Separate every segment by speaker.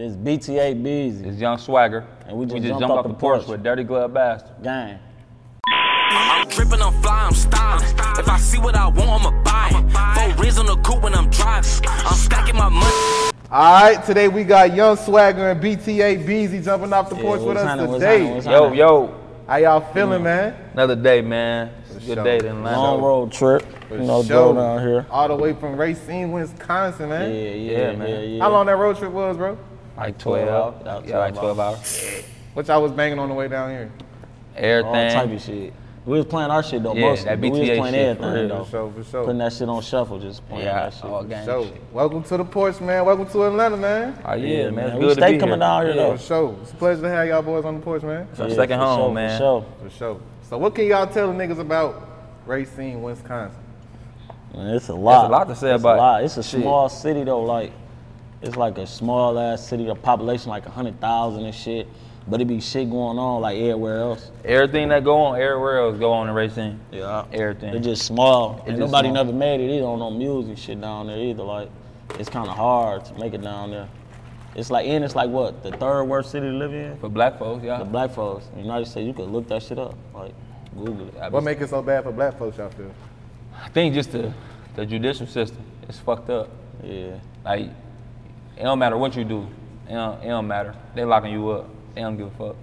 Speaker 1: It's BTA Beezy.
Speaker 2: It's Young Swagger.
Speaker 1: And we just
Speaker 2: jumped,
Speaker 1: jumped
Speaker 2: off,
Speaker 1: off
Speaker 2: the
Speaker 1: the
Speaker 2: porch,
Speaker 1: porch.
Speaker 2: with Dirty Glove Bastard.
Speaker 1: Gang.
Speaker 3: I'm dripping, I'm fly, I'm styling. If I see what I want, I'ma buy it. Four rims on the coupe when I'm driving. I'm stacking my money.
Speaker 4: All right, today we got Young Swagger and BTA Beezy jumping off the porch with
Speaker 1: what's
Speaker 4: us
Speaker 1: happening, what's
Speaker 4: today.
Speaker 1: happening, what's
Speaker 2: Yo, yo.
Speaker 4: How y'all feeling, man?
Speaker 2: Another day, man. It's a good
Speaker 4: sure.
Speaker 2: day in Atlanta.
Speaker 1: Long road trip. you know,
Speaker 4: Show.
Speaker 1: drove down here.
Speaker 4: All the way from Racine, Wisconsin, man.
Speaker 1: Yeah, yeah,
Speaker 2: Yeah,
Speaker 1: man.
Speaker 2: man.
Speaker 1: Yeah, yeah.
Speaker 4: How long that road trip was, bro?
Speaker 2: Like
Speaker 1: Twelve
Speaker 2: 12.
Speaker 1: hours.
Speaker 2: Yeah, like 12 hours.
Speaker 4: What y'all was banging on the way down here?
Speaker 1: All type
Speaker 2: Everything.
Speaker 1: of shit. We was playing our shit though,
Speaker 2: Yeah,
Speaker 1: mostly.
Speaker 2: that
Speaker 1: but we was
Speaker 2: BTA
Speaker 1: playing
Speaker 2: shit, for
Speaker 1: everything
Speaker 2: real.
Speaker 1: though.
Speaker 4: For sure, for sure.
Speaker 1: Putting that shit on shuffle, just playing
Speaker 2: Yeah,
Speaker 1: that shit.
Speaker 2: all gang
Speaker 4: So,
Speaker 2: shit.
Speaker 4: welcome to the porch, man. Welcome to Atlanta, man.
Speaker 2: Oh, yeah,
Speaker 1: Yeah,
Speaker 2: man. It's
Speaker 1: man.
Speaker 2: good
Speaker 1: We
Speaker 2: to
Speaker 1: stay
Speaker 2: be
Speaker 1: coming
Speaker 2: here.
Speaker 1: down here
Speaker 4: For
Speaker 1: though.
Speaker 4: sure. It's a pleasure to have y'all boys on the porch, man.
Speaker 2: I'm
Speaker 1: Yeah,
Speaker 2: second
Speaker 1: for
Speaker 2: home,
Speaker 1: sure, for
Speaker 2: man.
Speaker 1: sure.
Speaker 4: For sure. So, what can y'all tell the niggas about Racine, Wisconsin?
Speaker 1: Man, it's a lot.
Speaker 2: There's a lot to say
Speaker 1: It's
Speaker 2: about
Speaker 1: a
Speaker 2: it.
Speaker 1: lot. It's a
Speaker 2: Shit.
Speaker 1: small city though. Like, it's like a small ass city. The population like hundred thousand and shit. But it be shit going on like everywhere else.
Speaker 2: Everything that go on everywhere else go on in racing.
Speaker 1: Yeah.
Speaker 2: Everything.
Speaker 1: It's just small. and
Speaker 2: It just
Speaker 1: nobody
Speaker 2: small.
Speaker 1: never made it either on no music shit down there either. Like, it's kind of hard to make it down there. It's like, and it's like what the third worst city to live in.
Speaker 2: For black folks, yeah.
Speaker 1: The black folks. And United States, you could look that shit up. Like, Google it.
Speaker 2: I,
Speaker 4: What
Speaker 2: be-
Speaker 4: make it so bad for black folks, y'all feel?
Speaker 2: I think just the, the judicial system is fucked up.
Speaker 1: Yeah.
Speaker 2: Like, it don't matter what you do. It don't, it don't matter. They locking you up. They don't give a fuck.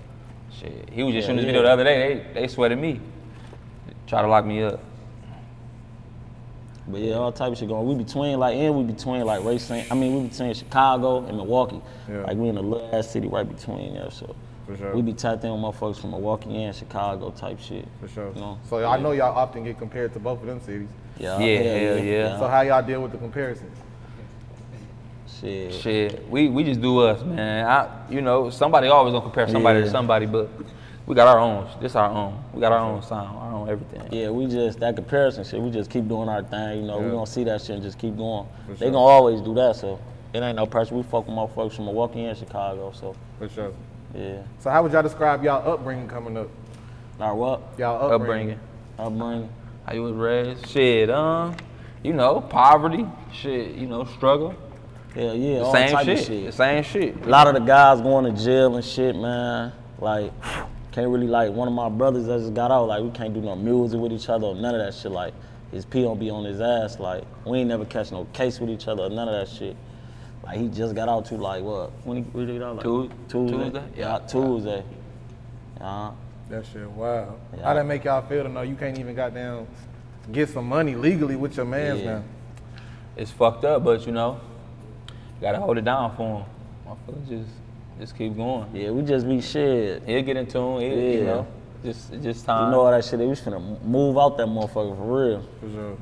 Speaker 2: Shit. He was just
Speaker 1: Yeah,
Speaker 2: shooting this
Speaker 1: yeah.
Speaker 2: video the other day. They they sweated me. Try to lock me up.
Speaker 1: But yeah, all type of shit going. We between like, and we between like racing. I mean, we between Chicago and Milwaukee.
Speaker 4: Yeah.
Speaker 1: Like, we in a little ass city right between there. So.
Speaker 4: For sure.
Speaker 1: We be tapped in with motherfuckers from Milwaukee and Chicago type shit.
Speaker 4: For sure.
Speaker 1: You know?
Speaker 4: So, I know y'all often get compared to both of them cities.
Speaker 1: Yeah,
Speaker 2: Yeah, hell yeah.
Speaker 4: So, how y'all deal with the comparisons?
Speaker 1: Shit.
Speaker 2: Shit, we, we just do us, man. I, you know, somebody always gonna compare somebody
Speaker 1: Yeah.
Speaker 2: to somebody, but we got our own. sh- This our own. We got our own sound, our own everything.
Speaker 1: Yeah, we just that comparison shit. We just keep doing our thing. You know, we
Speaker 4: Yeah.
Speaker 1: gonna see that shit and just keep going. They
Speaker 4: sure.
Speaker 1: gonna always do that. So it ain't no pressure. We fuck with motherfuckers from Milwaukee and Chicago. So
Speaker 4: For sure.
Speaker 1: yeah,
Speaker 4: So, how would y'all describe y'all upbringing coming up?
Speaker 1: our what
Speaker 4: Y'all upbringing.
Speaker 2: Upbringing,
Speaker 1: upbringing?
Speaker 2: how you was raised, shit, um, you know, poverty, shit, you know, struggle,
Speaker 1: Yeah, yeah,
Speaker 2: the
Speaker 1: all
Speaker 2: same
Speaker 1: type
Speaker 2: shit,
Speaker 1: of
Speaker 2: the
Speaker 1: shit.
Speaker 2: same shit.
Speaker 1: A lot of the guys going to jail and shit, man. Like can't really like one of my brothers that just got out. Like we can't do no music with each other or none of that shit. Like his P don't be on his ass. Like we ain't never catch no case with each other or none of that shit. Like he just got out to like what? When he, when he get out? Like,
Speaker 2: Tu-
Speaker 1: Tuesday.
Speaker 2: Tuesday?
Speaker 1: Yeah,
Speaker 2: Yeah.
Speaker 1: Tuesday. Uh,
Speaker 4: That shit, wow.
Speaker 1: Yeah.
Speaker 4: How that make y'all feel to know you can't even goddamn get some money legally with your mans
Speaker 1: Yeah.
Speaker 4: now?
Speaker 2: It's fucked up, but you know, gotta hold it down for him. Motherfuckers just just keep going.
Speaker 1: yeah, we just be shit.
Speaker 2: He'll get in tune. He'll, You
Speaker 1: Yeah.
Speaker 2: know, just it's just
Speaker 1: You
Speaker 2: time.
Speaker 1: know all that shit. We just finna move out that motherfucker for real.
Speaker 4: For sure.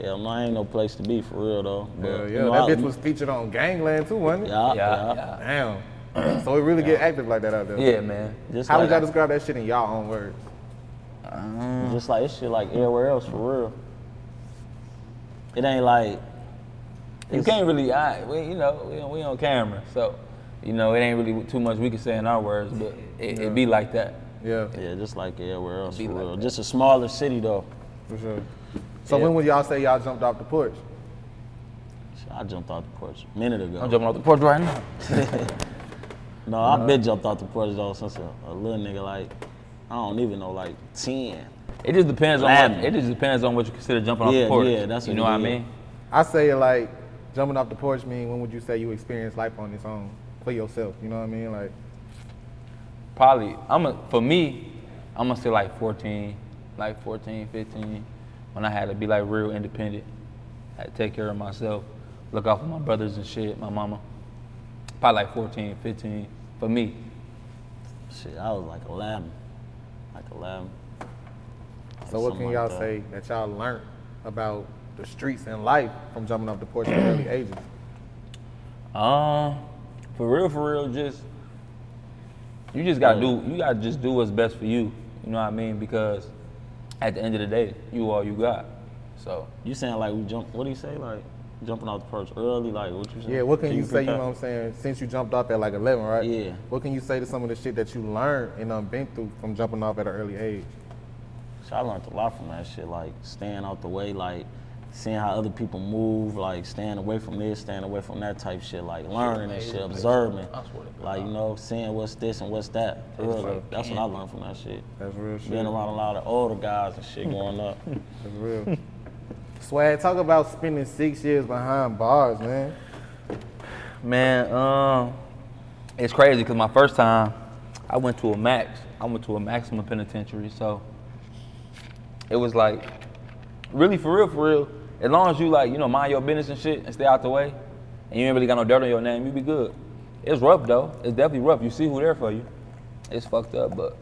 Speaker 1: Yeah, man, ain't no place to be for real though. But,
Speaker 4: Yeah, yeah.
Speaker 1: you know,
Speaker 4: that
Speaker 1: I-
Speaker 4: bitch was featured on Gangland too, wasn't it?
Speaker 1: Yeah, yeah.
Speaker 2: yeah, yeah,
Speaker 4: Damn. so it really get active like that out there.
Speaker 2: yeah, man.
Speaker 1: Just
Speaker 4: How would
Speaker 1: like-
Speaker 4: y'all describe that shit in y'all own words?
Speaker 1: mm, Just like it's shit like everywhere else for real. It ain't like
Speaker 2: You can't really, I, we, you know, we, we on camera, so you know it ain't really too much we can say in our words, but it, it be like that.
Speaker 4: Yeah,
Speaker 1: yeah, just like everywhere else for
Speaker 2: Be like
Speaker 1: real.
Speaker 2: that.
Speaker 1: Just a smaller city though.
Speaker 4: for sure. So when would y'all say y'all jumped off the porch?
Speaker 1: Shit, I jumped off the porch a minute ago.
Speaker 2: I'm jumping off the porch right now.
Speaker 1: no, I've been jumped off the porch though since a, a little nigga like I don't even know like ten.
Speaker 2: It just depends on
Speaker 1: Laughing.
Speaker 2: what, it just depends on what you consider jumping off
Speaker 1: Yeah,
Speaker 2: the porch.
Speaker 1: yeah, that's
Speaker 2: you
Speaker 1: what
Speaker 2: know
Speaker 1: it
Speaker 2: what I
Speaker 1: is.
Speaker 2: mean.
Speaker 4: I say it like jumping off the porch mean when would you say you experienced life on its own for yourself? You know what I mean? Like
Speaker 2: probably I'm a, for me, I'm gonna say like 14, like 14, 15, when I had to be like real independent, I had to take care of myself, look out for my brothers and shit, my mama. Probably like 14, 15 for me.
Speaker 1: Shit, I was like 11, like 11.
Speaker 4: so what can
Speaker 1: Something like
Speaker 4: y'all
Speaker 1: that.
Speaker 4: say that y'all learned about the streets and life from jumping off the porch at early ages?
Speaker 2: Um, for real, for real, just you just gotta do you gotta just do what's best for you. You know what I mean? Because at the end of the day, you all you got. So
Speaker 1: You saying like we jump? What do you say? Like jumping off the perch early? Like what you saying?
Speaker 4: Yeah, what can, you, say, you
Speaker 1: pick
Speaker 4: know
Speaker 1: up?
Speaker 4: what I'm saying, since you jumped off at like 11, right?
Speaker 1: Yeah.
Speaker 4: What can you say to some of the shit that you learned and um, been through from jumping off at an early age?
Speaker 1: So I learned a lot from that shit, like staying out the way, like seeing how other people move, like staying away from this, staying away from that type shit, like learning that shit, observing, like you know, seeing what's this and what's that. For real, like, that's what I learned from that shit.
Speaker 4: That's real shit.
Speaker 1: Being around a lot of older guys and shit growing up.
Speaker 4: That's real. Swag, talk about spending six years behind bars, man.
Speaker 2: Man, um, it's crazy because my first time, I went to a max. I went to a maximum penitentiary, so it was like, really for real, for real. As long as you like, you know, mind your business and shit, and stay out the way, and you ain't really got no dirt on your name, you be good. It's rough though. It's definitely rough. You see who there for you. It's fucked up, but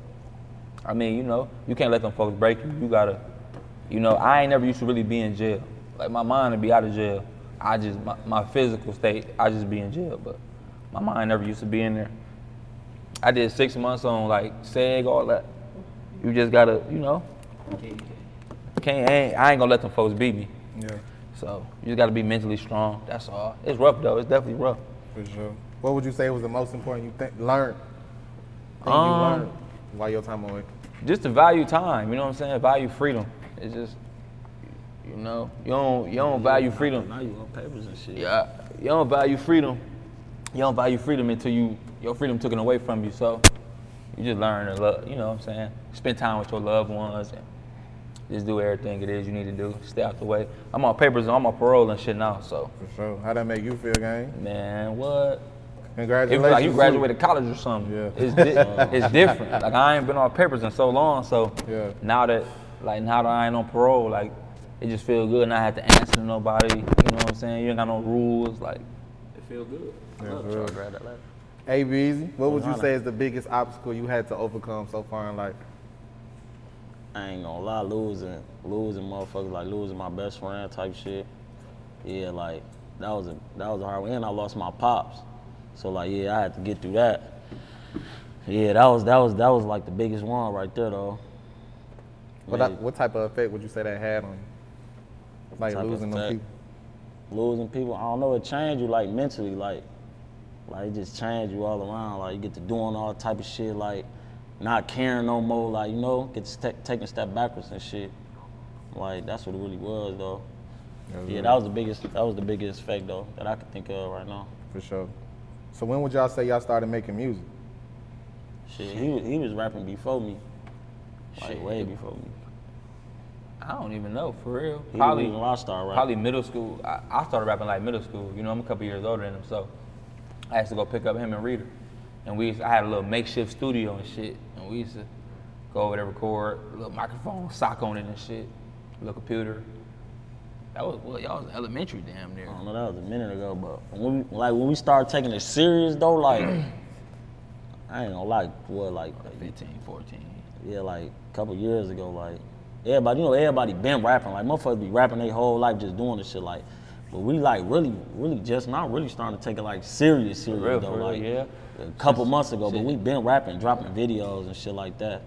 Speaker 2: I mean, you know, you can't let them folks break you. You gotta, you know, I ain't never used to really be in jail. Like my mind would be out of jail. I just my, my physical state, I just be in jail, but my mind never used to be in there. I did six months on like seg, all that. You just gotta, you know, can't. I ain't, I ain't gonna let them folks beat me.
Speaker 4: Yeah,
Speaker 2: So you just gotta be mentally strong. That's all. It's rough though. It's definitely rough.
Speaker 4: for sure. What would you say was the most important you think learned? Thing you
Speaker 2: Um,
Speaker 4: learned while your time away?
Speaker 2: just to value time. You know what I'm saying? Value freedom. It's just, you know, you don't you don't value freedom.
Speaker 1: Now you on papers and shit.
Speaker 2: Yeah, you don't value freedom. You don't value freedom until you your freedom taken away from you. So you just learn to love. You know what I'm saying? Spend time with your loved ones and just do everything it is you need to do. Stay out the way. I'm on papers. and I'm on parole and shit now. So
Speaker 4: For sure. How that make you feel, gang?
Speaker 2: man, what? It
Speaker 4: Congratulations.
Speaker 2: was like you
Speaker 4: too.
Speaker 2: graduated college or something.
Speaker 4: Yeah.
Speaker 2: It's, di- it's different. Like I ain't been on papers in so long, so
Speaker 4: Yeah.
Speaker 2: now that like now that I ain't on parole, like it just feel good. And I had to answer to nobody. You know what I'm saying? You ain't got no rules. Like it feel good. I love
Speaker 4: for real.
Speaker 2: Charles Grad Atlanta.
Speaker 4: Hey, Beezy, what would you say is the biggest obstacle you had to overcome so far in life?
Speaker 1: I ain't gonna lie, losing, losing motherfuckers, like losing my best friend type shit. Yeah, like that was a that was a hard one. And I lost my pops. So like yeah, I had to get through that. Yeah, that was that was that was like the biggest one right there though.
Speaker 4: What,
Speaker 1: Man,
Speaker 4: what type of effect would you say that had on you? Like
Speaker 1: Type of
Speaker 4: losing them
Speaker 1: effect?
Speaker 4: people.
Speaker 1: losing people, I don't know, it changed you like mentally, like like it just changed you all around. Like you get to doing all type of shit, like not caring no more, like you know, get to ta- taking a step backwards and shit. Like that's what it really was though. Yeah, that was the biggest. That was the biggest effect though that I could think of right now.
Speaker 4: For sure. So when would y'all say y'all started making music?
Speaker 1: Shit, he was, he was rapping before me, like way before me.
Speaker 2: I don't even know for real.
Speaker 1: He
Speaker 2: Probably
Speaker 1: was when I started rapping.
Speaker 2: probably middle school. I, I started rapping like middle school. You know, I'm a couple years older than him, so I used to go pick up him and Reader, and we used, I had a little makeshift studio and shit, and we used to go over there record, little microphone, sock on it and shit, little computer. That was well, y'all was elementary, damn near.
Speaker 1: I don't know that was a minute ago, but when we, like when we started taking it serious though, like I ain't gonna lie, what like
Speaker 2: 15, 14.
Speaker 1: yeah, like a couple years ago, like everybody, you know, everybody been rapping. Like motherfuckers be rapping their whole life, just doing this shit. Like, but we like really, really just not really starting to take it like serious, serious
Speaker 2: real,
Speaker 1: though.
Speaker 2: for real,
Speaker 1: like
Speaker 2: yeah.
Speaker 1: a couple months ago,
Speaker 2: shit.
Speaker 1: but we been rapping, dropping videos and shit like that.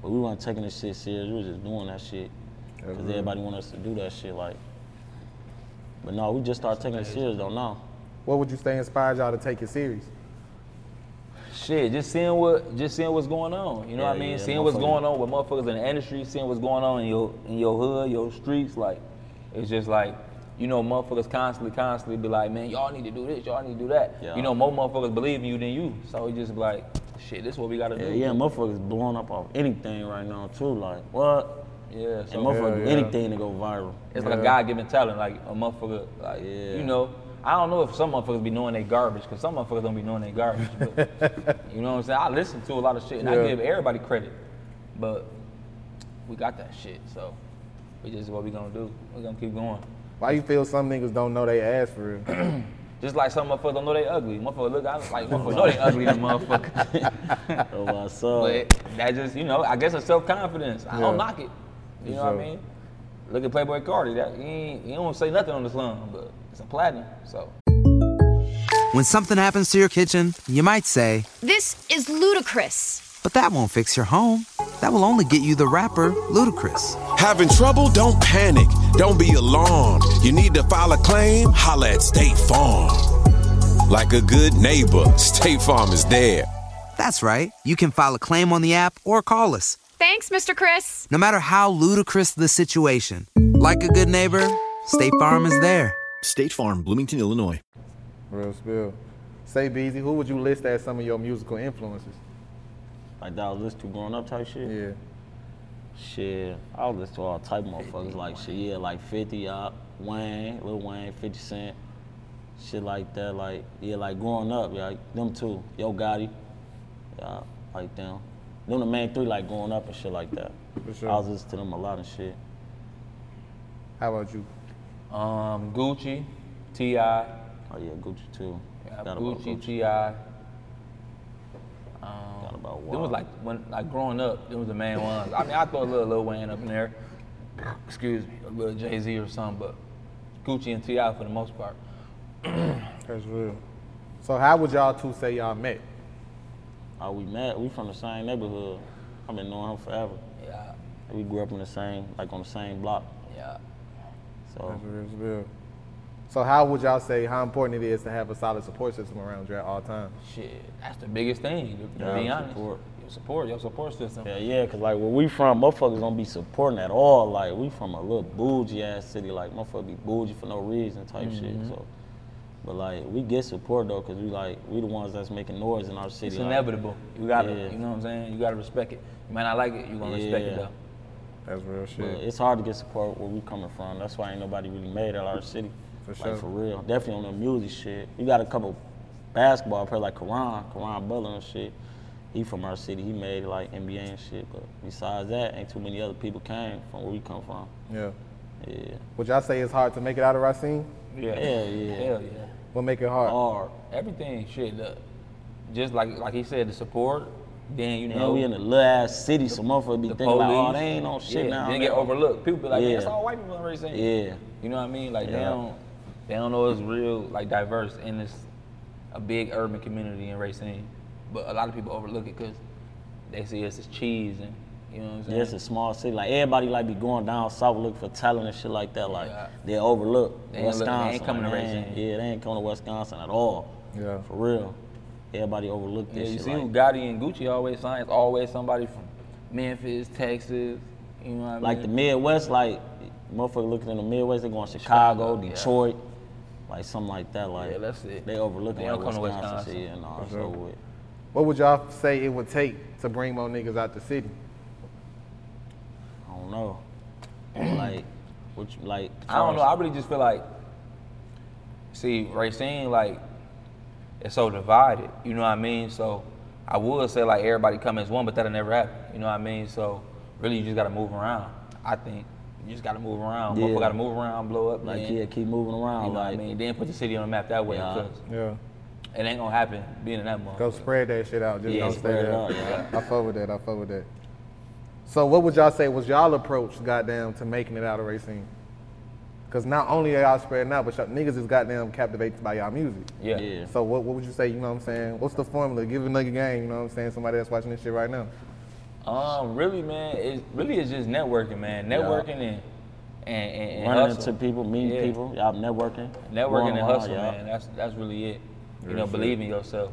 Speaker 1: But we weren't taking this shit serious. We was just doing that shit because everybody want us to do that shit. Like, but no, we just started taking it serious though now.
Speaker 4: What would you say inspired y'all to take it serious?
Speaker 2: Shit, just seeing what just seeing what's going on. You know what I
Speaker 1: Yeah,
Speaker 2: mean?
Speaker 1: yeah,
Speaker 2: seeing what's
Speaker 1: motherfucker.
Speaker 2: going on with motherfuckers in the industry, seeing what's going on in your in your hood, your streets, like it's just like you know, motherfuckers constantly, constantly be like, man, y'all need to do this, y'all need to do that.
Speaker 1: Yeah.
Speaker 2: You know, more motherfuckers believe in you than you. So it's just like, shit, this is what we gotta
Speaker 1: Yeah,
Speaker 2: do.
Speaker 1: yeah, motherfuckers blowing up off anything right now too. Like, what?
Speaker 2: Yeah, so
Speaker 1: And motherfuckers do
Speaker 4: yeah.
Speaker 1: anything to go viral.
Speaker 2: it's like a God given talent, like a motherfucker, like
Speaker 1: Yeah.
Speaker 2: you know, I don't know if some motherfuckers be knowing they garbage, because some motherfuckers don't be knowing they garbage. But, you know what I'm saying? I listen to a lot of shit, and I
Speaker 4: Yeah.
Speaker 2: give everybody credit. But we got that shit, so we just what we gonna do. we gonna keep going.
Speaker 4: Why you feel some niggas don't know they ass for real?
Speaker 2: Just like some motherfuckers don't know they ugly. Motherfucker look, I look like motherfucker know they ugly than motherfucker.
Speaker 1: Oh, I saw. it.
Speaker 2: but that just, you know, I guess it's self confidence. I don't
Speaker 4: Yeah.
Speaker 2: knock it. You
Speaker 4: For
Speaker 2: know what I
Speaker 4: sure.
Speaker 2: mean? Look at Playboy Cardi. That he, ain't, he don't say nothing on the slum, but it's a platinum. So
Speaker 5: When something happens to your kitchen, you might say,
Speaker 6: This is ludicrous.
Speaker 5: but that won't fix your home. That will only get you the rapper, Ludacris.
Speaker 7: Having trouble? Don't panic. Don't be alarmed. You need to file a claim? Holla at State Farm. Like a good neighbor, State Farm is there.
Speaker 5: That's right. You can file a claim on the app or call us.
Speaker 6: Thanks, Mr. Chris.
Speaker 5: No matter how ludicrous the situation, like a good neighbor, State Farm is there.
Speaker 8: State Farm, Bloomington, Illinois.
Speaker 4: real spill. Say Beezy, who would you list as some of your musical influences?
Speaker 1: Like that I was listening to growing up type shit.
Speaker 4: Yeah.
Speaker 1: Shit, I was listening to all type of motherfuckers like shit. Yeah, like 50, uh, Wayne, Lil Wayne, 50 Cent, shit like that. Like yeah, like growing up, yeah, like them two, Yo Gotti, yeah, like them. Them the main three, like growing up and shit like that.
Speaker 4: For sure.
Speaker 1: I was listening to them a lot and shit.
Speaker 4: How about you?
Speaker 2: um, Gucci, T.I.,
Speaker 1: Oh yeah, Gucci too.
Speaker 2: Yeah,
Speaker 1: Forgot about
Speaker 2: Gucci, Ti.
Speaker 1: Forgot about
Speaker 2: It was
Speaker 1: Wild.
Speaker 2: like when, like growing up, it was the main ones. I mean, I throw a little Lil Wayne up in there, excuse me, a little Jay Z or something, but Gucci and Ti for the most part.
Speaker 4: That's real. So how would y'all two say y'all met?
Speaker 1: Oh, we met. We from the same neighborhood. I've been knowing him forever.
Speaker 2: Yeah,
Speaker 1: We grew up in the same, like on the same block.
Speaker 2: yeah.
Speaker 1: So
Speaker 4: real spill. Oh. So how would y'all say how important it is to have a solid support system around you at all times?
Speaker 2: Shit, that's the biggest thing. To, to
Speaker 1: Yeah,
Speaker 2: be honest,
Speaker 1: support.
Speaker 2: your support, your support system.
Speaker 1: yeah, yeah, cause like where we from, motherfuckers don't be supporting at all. Like we from a little bougie ass city. Like motherfuckers be bougie for no reason type shit. So, but like we get support though, cause we like we the ones that's making noise in our city.
Speaker 2: It's
Speaker 1: like,
Speaker 2: inevitable. You gotta,
Speaker 1: Yeah.
Speaker 2: you know what I'm saying. You gotta respect it. You might not like it, you gonna respect it
Speaker 1: Yeah.
Speaker 2: though.
Speaker 4: That's real
Speaker 1: but
Speaker 4: shit.
Speaker 1: It's hard to get support where we coming from. That's why ain't nobody really made at our city.
Speaker 4: For
Speaker 1: Like
Speaker 4: sure.
Speaker 1: for real. Definitely on the music shit. We got a couple basketball players like Karan, Karan Butler and shit. He from our city. He made like NBA and shit. But besides that, ain't too many other people came from where we come from.
Speaker 4: Yeah.
Speaker 1: Yeah.
Speaker 4: Would y'all say it's hard to make it out of Racine?
Speaker 2: Yeah,
Speaker 1: Hell yeah.
Speaker 2: Hell yeah.
Speaker 4: What make it hard?
Speaker 1: Hard.
Speaker 2: Everything, shit. Look, just like like he said, the support. Then you
Speaker 1: And
Speaker 2: know
Speaker 1: we in a little ass city, so motherfuckers be
Speaker 2: the
Speaker 1: thinking
Speaker 2: police. uh,
Speaker 1: like, oh, they ain't on shit
Speaker 2: yeah,
Speaker 1: now.
Speaker 2: Then get overlooked. People be like, man,
Speaker 1: Yeah.
Speaker 2: that's all white people already saying.
Speaker 1: Yeah.
Speaker 2: You know what I mean? Like they
Speaker 1: Yeah.
Speaker 2: don't they don't know it's real like diverse and it's a big urban community in Racine, but a lot of people overlook it because they see us as cheese and you know what I'm saying?
Speaker 1: Yeah, it's a small city. Like everybody like be going down south looking for talent and shit like that. Like
Speaker 2: Yeah.
Speaker 1: they overlook
Speaker 2: They ain't look-
Speaker 1: Wisconsin.
Speaker 2: they ain't coming to
Speaker 1: Like,
Speaker 2: Racine.
Speaker 1: ain't- Yeah, they ain't coming to Wisconsin at all.
Speaker 4: Yeah.
Speaker 1: For real. Everybody overlook
Speaker 2: Yeah,
Speaker 1: this
Speaker 2: you
Speaker 1: shit.
Speaker 2: see who
Speaker 1: like,
Speaker 2: Gotti and Gucci always sign. It's always somebody from Memphis, Texas. You know what I mean?
Speaker 1: like the Midwest, like motherfucker looking in the Midwest, they going to Chicago,
Speaker 2: Chicago, yeah.
Speaker 1: Detroit, like something like that. Like
Speaker 2: Yeah, that's it.
Speaker 1: they overlooking
Speaker 2: They
Speaker 1: like
Speaker 2: don't come to
Speaker 1: Wisconsin,
Speaker 2: Wisconsin.
Speaker 1: shit. Yeah, nah, it's
Speaker 4: sure.
Speaker 1: over with.
Speaker 4: What would y'all say it would take to bring more niggas out the city?
Speaker 1: I don't know. like what you like
Speaker 2: I don't know. I really just feel like, see, Racine, like, it's so divided. You know what I mean? So I would say, like, everybody come as one, but that'll never happen. You know what I mean? So really, you just got to move around. I think you just got to move around.
Speaker 1: Yeah.
Speaker 2: Motherfucker got to move around, blow up.
Speaker 1: like
Speaker 2: then,
Speaker 1: yeah, keep moving around.
Speaker 2: You know
Speaker 1: like
Speaker 2: what I mean? Then put the city on the map that way.
Speaker 1: Yeah.
Speaker 2: 'cause
Speaker 4: Yeah.
Speaker 2: It ain't going to happen being in that motherfucker.
Speaker 4: Go spread that shit out. Just
Speaker 1: Yeah,
Speaker 4: don't stay
Speaker 1: spread it
Speaker 4: there.
Speaker 1: out, yeah.
Speaker 4: I fuck with that. I fuck with that. So what would y'all say was y'all approach, goddamn, to making it out of Racine? Cause not only are y'all spreading out, but y'all niggas is goddamn captivated by y'all music.
Speaker 2: Yeah.
Speaker 1: Yeah.
Speaker 4: So what, what would you say? You know what I'm saying? What's the formula? Give a nigga game. You know what I'm saying? Somebody that's watching this shit right now.
Speaker 2: Um, really, man, it really is just networking, man. Networking and, and, and, and
Speaker 1: running
Speaker 2: hustle.
Speaker 1: into people, meeting
Speaker 2: Yeah.
Speaker 1: people, y'all networking,
Speaker 2: Networking
Speaker 1: going
Speaker 2: and
Speaker 1: around,
Speaker 2: hustle,
Speaker 1: y'all.
Speaker 2: man. That's that's really it. You know, believe in yourself.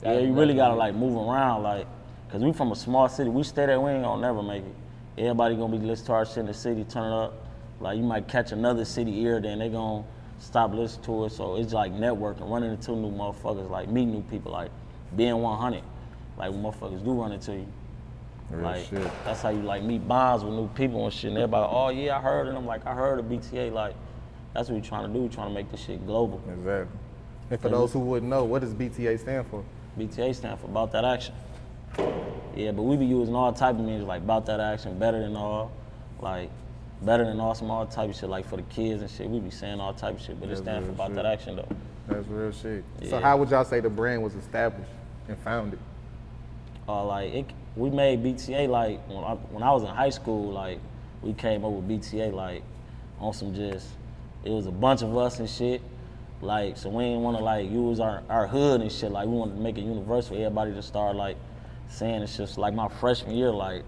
Speaker 1: Yeah,
Speaker 2: That's-
Speaker 1: you
Speaker 2: that's
Speaker 1: really gotta
Speaker 2: really
Speaker 1: like move around, like, cause we from a small city. We stay there, we ain't gonna never make it. Everybody gonna be listening to our shit in the city, turn it up. Like you might catch another city ear, then they gonna stop listening to it. So it's like networking, running into new motherfuckers, like meet new people, like being 100. Like when motherfuckers do run into you. like
Speaker 4: shit.
Speaker 1: that's how you like meet bonds with new people and shit. And everybody, oh yeah, I heard it. I'm like, I heard of BTA. Like That's what we trying to do. We trying to make this shit global.
Speaker 4: Exactly. And for those who wouldn't know, what does BTA stand for?
Speaker 1: BTA stand for about that action. Yeah, but we be using all type of means like about that action, better than all, like better than awesome, all type of shit. Like for the kids and shit, we be saying all type of shit, but it stands for
Speaker 4: real
Speaker 1: about
Speaker 4: shit.
Speaker 1: that action though.
Speaker 4: That's real shit. So
Speaker 1: Yeah.
Speaker 4: how would y'all say the brand was established and founded?
Speaker 1: Uh, like it, we made BTA like when I, when I was in high school, like we came up with BTA like on some just it was a bunch of us and shit. Like so we didn't want to like use our, our hood and shit. Like we wanted to make it universal. Everybody to start like saying it's just like my freshman year. Like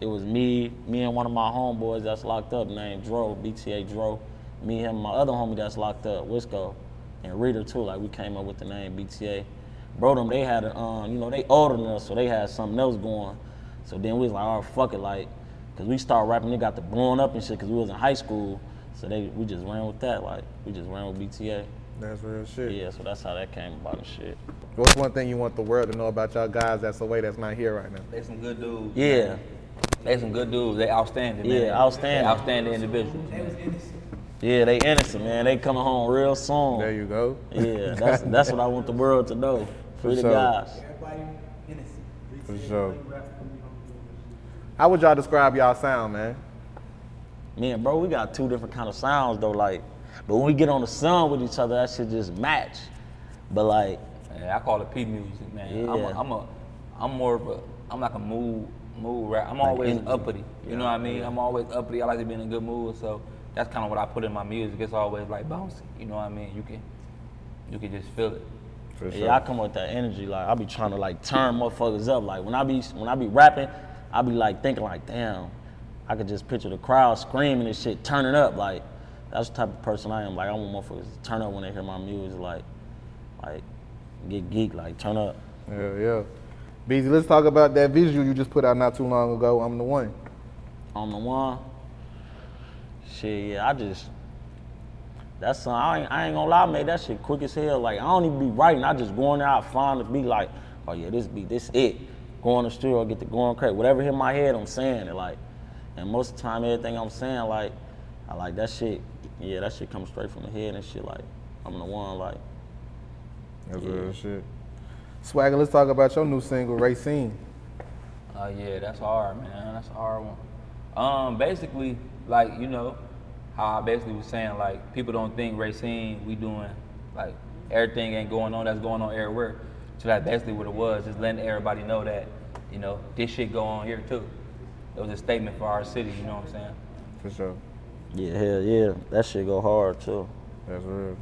Speaker 1: it was me, me and one of my homeboys that's locked up named Dro, BTA Dro. Me, him, and my other homie that's locked up, Wisco, and Reader too. Like we came up with the name BTA. Bro, them they had, a, um, you know, they older than us, so they had something else going. So then we was like, oh fuck it, like, cause we started rapping, it got to blowing up and shit, cause we was in high school. So they, we just ran with that, like, we just ran with BTA.
Speaker 4: That's real shit.
Speaker 1: Yeah, so that's how that came about and shit.
Speaker 4: What's one thing you want the world to know about y'all guys that's away that's not here right now?
Speaker 2: They some good dudes.
Speaker 1: Yeah,
Speaker 2: They some good dudes. They outstanding.
Speaker 1: Yeah,
Speaker 2: man. They
Speaker 1: outstanding.
Speaker 2: outstanding individuals. man.
Speaker 1: yeah, they innocent, man. They coming home real soon.
Speaker 4: There you go.
Speaker 1: Yeah, that's that's what I want the world to know. Free the
Speaker 4: sure.
Speaker 1: guys.
Speaker 4: For sure. How would y'all describe y'all sound, man?
Speaker 1: Me and bro, we got two different kind of sounds though. Like, but when we get on the sound with each other, that shit just match. But like,
Speaker 2: Yeah, I call it P music, man. I'm, a,
Speaker 1: Yeah.
Speaker 2: I'm a, I'm more of a, I'm like a mood, mood rap. I'm always
Speaker 1: energy.
Speaker 2: uppity. You know what I mean? I'm always uppity. I like to be in a good mood, so that's kind of what I put in my music. It's always like bouncy. You know what I mean? You can, you can just feel it.
Speaker 4: For
Speaker 1: yeah, I come with that energy. Like, I be trying to like turn motherfuckers up. Like when I be when I be rapping, I be like thinking like, damn, I could just picture the crowd screaming and shit, turning up. Like, that's the type of person I am. Like, I want motherfuckers to turn up when they hear my music. Like, like get geek, like turn up.
Speaker 4: Yeah, yeah. Beezy, let's talk about that visual you just put out not too long ago. I'm the one.
Speaker 1: on the one. Shit, yeah, I just that's some, I, ain't, I ain't gonna lie, man. That shit quick as hell. Like I don't even be writing. I just go in there, I find the beat. Like, oh yeah, this beat, this it. Go in the studio, get the going crazy. Whatever hit my head, I'm saying it. Like, and most of the time, everything I'm saying, like, I like that shit. Yeah, that shit comes straight from the head and shit. Like, I'm the one. Like,
Speaker 4: That's real shit. Swagger, let's talk about your new single, Racine.
Speaker 2: Oh yeah, that's hard, man. That's a hard one. Um, basically, like you know, how I basically was saying, like people don't think Racine, we doing like everything ain't going on that's going on everywhere. So that's basically what it was, just letting everybody know that you know this shit go on here too. It was a statement for our city. You know what I'm saying?
Speaker 4: For sure.
Speaker 1: yeah, hell yeah, that shit go hard too.
Speaker 4: That's real.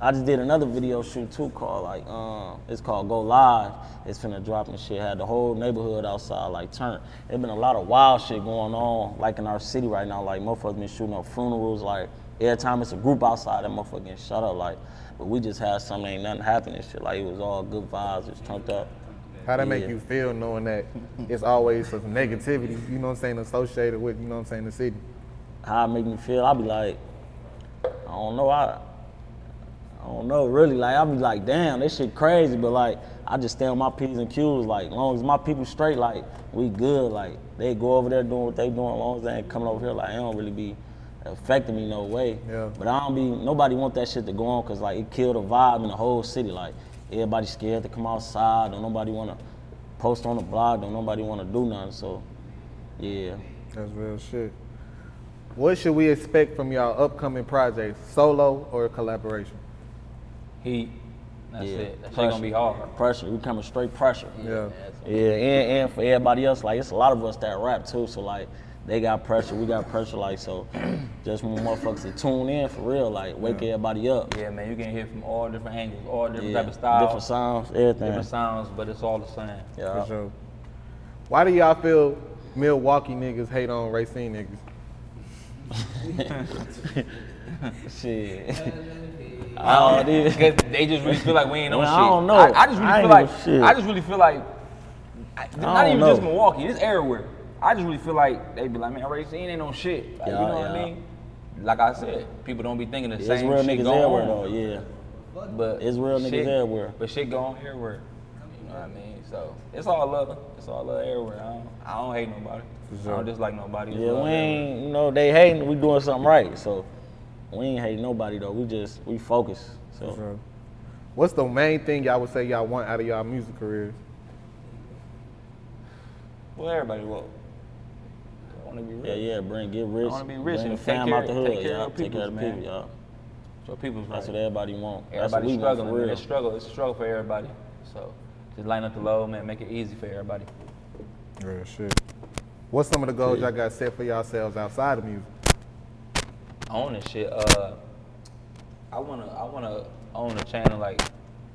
Speaker 1: I just did another video shoot too called like um it's called Go Live. It's finna drop and shit. Had the whole neighborhood outside like turn. There been a lot of wild shit going on like in our city right now. Like motherfuckers been shooting up funerals. Like every time it's a group outside, that motherfucker getting shut up. Like, but we just had something ain't nothing happening. Shit like it was all good vibes. It's turned up.
Speaker 4: How that make
Speaker 1: Yeah.
Speaker 4: you feel knowing that it's always some negativity, you know what I'm saying, associated with, you know what I'm saying, the city?
Speaker 1: How it make me feel? I be like, I don't know. I I don't know, really. Like, I be like, damn, this shit crazy, but like, I just stay on my P's and Q's. Like, long as my people straight, like, we good. Like, they go over there doing what they doing, long as they ain't coming over here, like, it don't really be affecting me no way.
Speaker 4: Yeah.
Speaker 1: But I don't be, nobody want that shit to go on, cause like, it killed the vibe in the whole city. Like, everybody scared to come outside, don't nobody wanna post on the blog, don't nobody wanna do nothing, so, yeah.
Speaker 4: That's real shit. What should we expect from y'all upcoming projects, solo or collaboration?
Speaker 2: Heat. That's
Speaker 1: yeah.
Speaker 2: it. That shit gonna be hard.
Speaker 1: Pressure, we coming straight pressure.
Speaker 4: Yeah.
Speaker 1: Yeah, and, and for everybody else, like it's a lot of us that rap too. So like they got pressure, we got pressure. Like so, just want motherfuckers to tune in for real. Like wake everybody up.
Speaker 2: Yeah, man. You can hear from all different angles, all different
Speaker 1: Yeah,
Speaker 2: type of styles,
Speaker 1: different sounds, everything.
Speaker 2: different sounds, but it's all the same.
Speaker 1: Yeah.
Speaker 4: For sure. Why do y'all feel Milwaukee niggas hate on Racine niggas?
Speaker 1: Shit. I don't even.
Speaker 2: Because they just really feel like we ain't on
Speaker 1: Well,
Speaker 2: shit.
Speaker 1: I don't know.
Speaker 2: I, I just really
Speaker 1: I
Speaker 2: feel
Speaker 1: ain't
Speaker 2: like
Speaker 1: on shit.
Speaker 2: I just really feel like I- not
Speaker 1: don't
Speaker 2: even just
Speaker 1: know.
Speaker 2: Milwaukee. This everywhere. I just really feel like they be like, man, Racine ain't on shit. Like,
Speaker 1: Yeah,
Speaker 2: you know what
Speaker 1: yeah.
Speaker 2: I mean? Like I said, people don't be thinking the
Speaker 1: It's
Speaker 2: same
Speaker 1: real
Speaker 2: shit
Speaker 1: niggas
Speaker 2: going
Speaker 1: everywhere
Speaker 2: on.
Speaker 1: though. Yeah.
Speaker 2: But
Speaker 1: It's real niggas
Speaker 2: shit-
Speaker 1: everywhere.
Speaker 2: But shit going everywhere. You know what I mean? So it's all love. It's all love everywhere. I don't, I don't hate nobody. I don't dislike nobody. It's
Speaker 1: Yeah,
Speaker 2: love
Speaker 1: we
Speaker 2: everywhere.
Speaker 1: ain't. You know, they hating. We doing something right. So We ain't hate nobody though. We just we focus. So
Speaker 4: So, What's the main thing y'all would say y'all want out of y'all music careers?
Speaker 2: Well, everybody will. I want to be
Speaker 1: yeah,
Speaker 2: rich.
Speaker 1: yeah, bring get rich.
Speaker 2: wanna be rich
Speaker 1: bring
Speaker 2: and
Speaker 1: the
Speaker 2: take
Speaker 1: fam
Speaker 2: care-
Speaker 1: out the hood,
Speaker 2: take care
Speaker 1: y'all.
Speaker 2: of
Speaker 1: take care of the
Speaker 2: peoples, man.
Speaker 1: people, y'all.
Speaker 2: So people's
Speaker 1: That's
Speaker 2: right.
Speaker 1: what everybody want. That's what
Speaker 2: Everybody's
Speaker 1: we want
Speaker 2: struggling.
Speaker 1: for
Speaker 2: man.
Speaker 1: real.
Speaker 2: It's struggle. It's a struggle for everybody. So just line up the load, man. Make it easy for everybody.
Speaker 4: Real shit. What's some of the goals y'all got set for yourselves outside of music?
Speaker 2: Own this shit. Uh, I wanna, I wanna own a channel like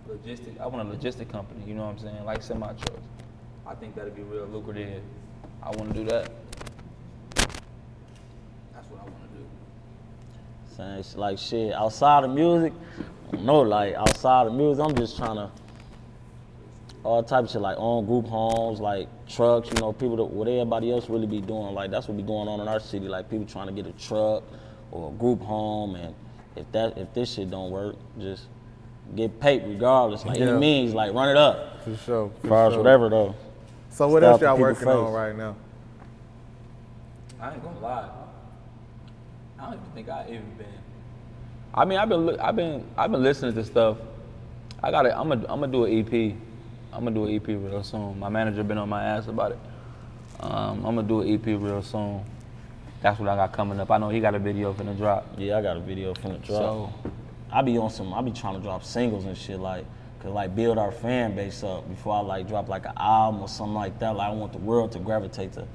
Speaker 2: logistic. I want a logistic company. You know what I'm saying? Like semi trucks. I think that'd be real lucrative. I wanna do that. That's what I wanna do.
Speaker 1: Saying sh- like shit outside of music, I don't know. Like outside of music, I'm just trying to all type of shit like own group homes, like trucks. You know, people that what everybody else really be doing. Like that's what be going on in our city. Like people trying to get a truck or a group home, and if that if this shit don't work, just get paid regardless. Like
Speaker 4: Yeah.
Speaker 1: any means, like run it up.
Speaker 4: For sure. for
Speaker 1: Far
Speaker 4: sure.
Speaker 1: whatever though.
Speaker 4: So what
Speaker 1: Style
Speaker 4: else
Speaker 1: for
Speaker 4: y'all
Speaker 1: people
Speaker 4: working on
Speaker 1: face.
Speaker 4: right now?
Speaker 2: I ain't gonna lie. I don't even think I even been. I mean, I've been li- I've been I've been listening to stuff. I got to I'm gonna I'm gonna do an EP. I'm gonna do an EP real soon. My manager been on my ass about it. Um, I'm gonna do an EP real soon. That's what I got coming up. I know he got a video finna drop.
Speaker 1: Yeah, I got a video from the drop.
Speaker 2: So
Speaker 1: I be on some. I be trying to drop singles and shit like, cause like build our fan base up before I like drop like an album or something like that. Like I want the world to gravitate to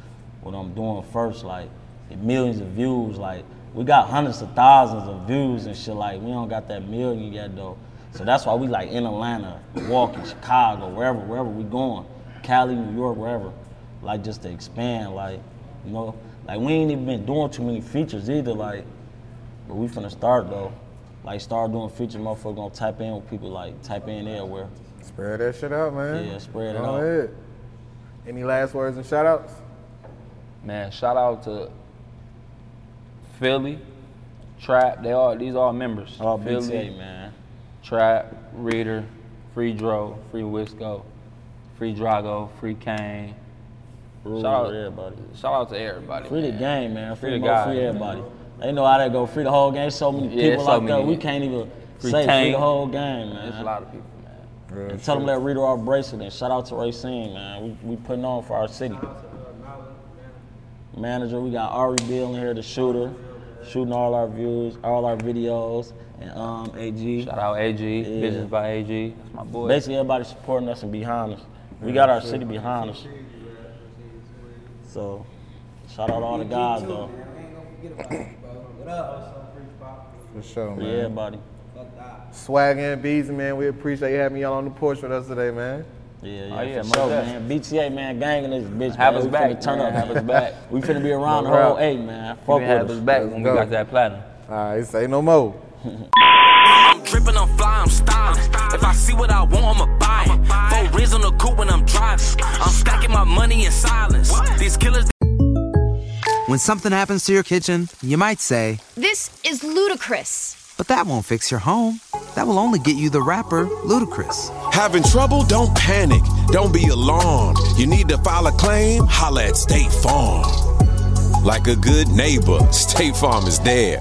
Speaker 1: what I'm doing first. Like the millions of views. Like we got hundreds of thousands of views and shit. Like we don't got that million yet though. So that's why we like in Atlanta, Milwaukee, Chicago, wherever, wherever we going, Cali, New York, wherever. Like just to expand. Like you know, like we ain't even been doing too many features either. Like. But we finna start though. Like start doing feature motherfucker gonna type in with people like type in everywhere.
Speaker 4: Spread that shit out, man.
Speaker 1: Yeah, spread it
Speaker 4: Go
Speaker 1: out.
Speaker 4: ahead. Any last words and shout outs?
Speaker 2: man, shout out to Philly, Trap. They all these all members.
Speaker 1: Oh,
Speaker 2: Philly,
Speaker 1: BTA, man.
Speaker 2: Trap, Reader, Free Dro, Free Wisco, Free Drago, Free Kane.
Speaker 1: Rules
Speaker 2: Shout out-
Speaker 1: for everybody.
Speaker 2: Shout out to everybody.
Speaker 1: Free the
Speaker 2: man.
Speaker 1: game, man. Free,
Speaker 2: Free
Speaker 1: mo-
Speaker 2: the guy.
Speaker 1: free everybody. They know how that go. Free the whole game. So many
Speaker 2: Yeah,
Speaker 1: people
Speaker 2: so
Speaker 1: out there.
Speaker 2: many.
Speaker 1: We can't even
Speaker 2: Free
Speaker 1: say free
Speaker 2: Tank.
Speaker 1: the whole game, man.
Speaker 2: There's a lot of people, man.
Speaker 1: and tell them that reader our bracelet. And shout out to Racine, man. We, we putting on for our city. Manager, we got Ari Bill in here, the shooter, shooting all our views, all our videos, and um AG.
Speaker 2: Shout out AG, Business by AG. That's my boy.
Speaker 1: Basically, everybody supporting us and behind us. We got our city behind us. So, shout out all the guys, though.
Speaker 4: For sure,
Speaker 1: For
Speaker 4: man.
Speaker 1: everybody.
Speaker 4: Swag and Beats, man. We appreciate you having y'all on the porch with us today, man.
Speaker 1: Yeah,
Speaker 2: Oh,
Speaker 1: yeah,
Speaker 2: yeah,
Speaker 1: for
Speaker 2: most
Speaker 1: sure, man.
Speaker 2: definitely.
Speaker 1: BTA, man, gang in this bitch, man.
Speaker 2: Have us
Speaker 1: we
Speaker 2: back,
Speaker 1: finna turn
Speaker 2: man.
Speaker 1: up.
Speaker 2: Have us back.
Speaker 1: we finna be around
Speaker 4: No
Speaker 1: the whole
Speaker 4: doubt.
Speaker 1: eight, man.
Speaker 2: we
Speaker 1: Fuck
Speaker 2: didn't have
Speaker 1: with
Speaker 2: us
Speaker 1: us.
Speaker 2: back when we
Speaker 4: Let's
Speaker 2: got
Speaker 4: go.
Speaker 2: that platinum.
Speaker 4: All right, say no more.
Speaker 3: I'm dripping, I'm fly, I'm styling. If I see what I want, I'ma buy it. Four rims on the coupe when I'm driving. I'm stacking my money in silence. These killers.
Speaker 5: When something happens to your kitchen, you might say,
Speaker 6: This is ludicrous.
Speaker 5: but that won't fix your home. That will only get you the rapper, Ludacris.
Speaker 7: Having trouble? Don't panic. Don't be alarmed. You need to file a claim? Holla at State Farm. Like a good neighbor, State Farm is there.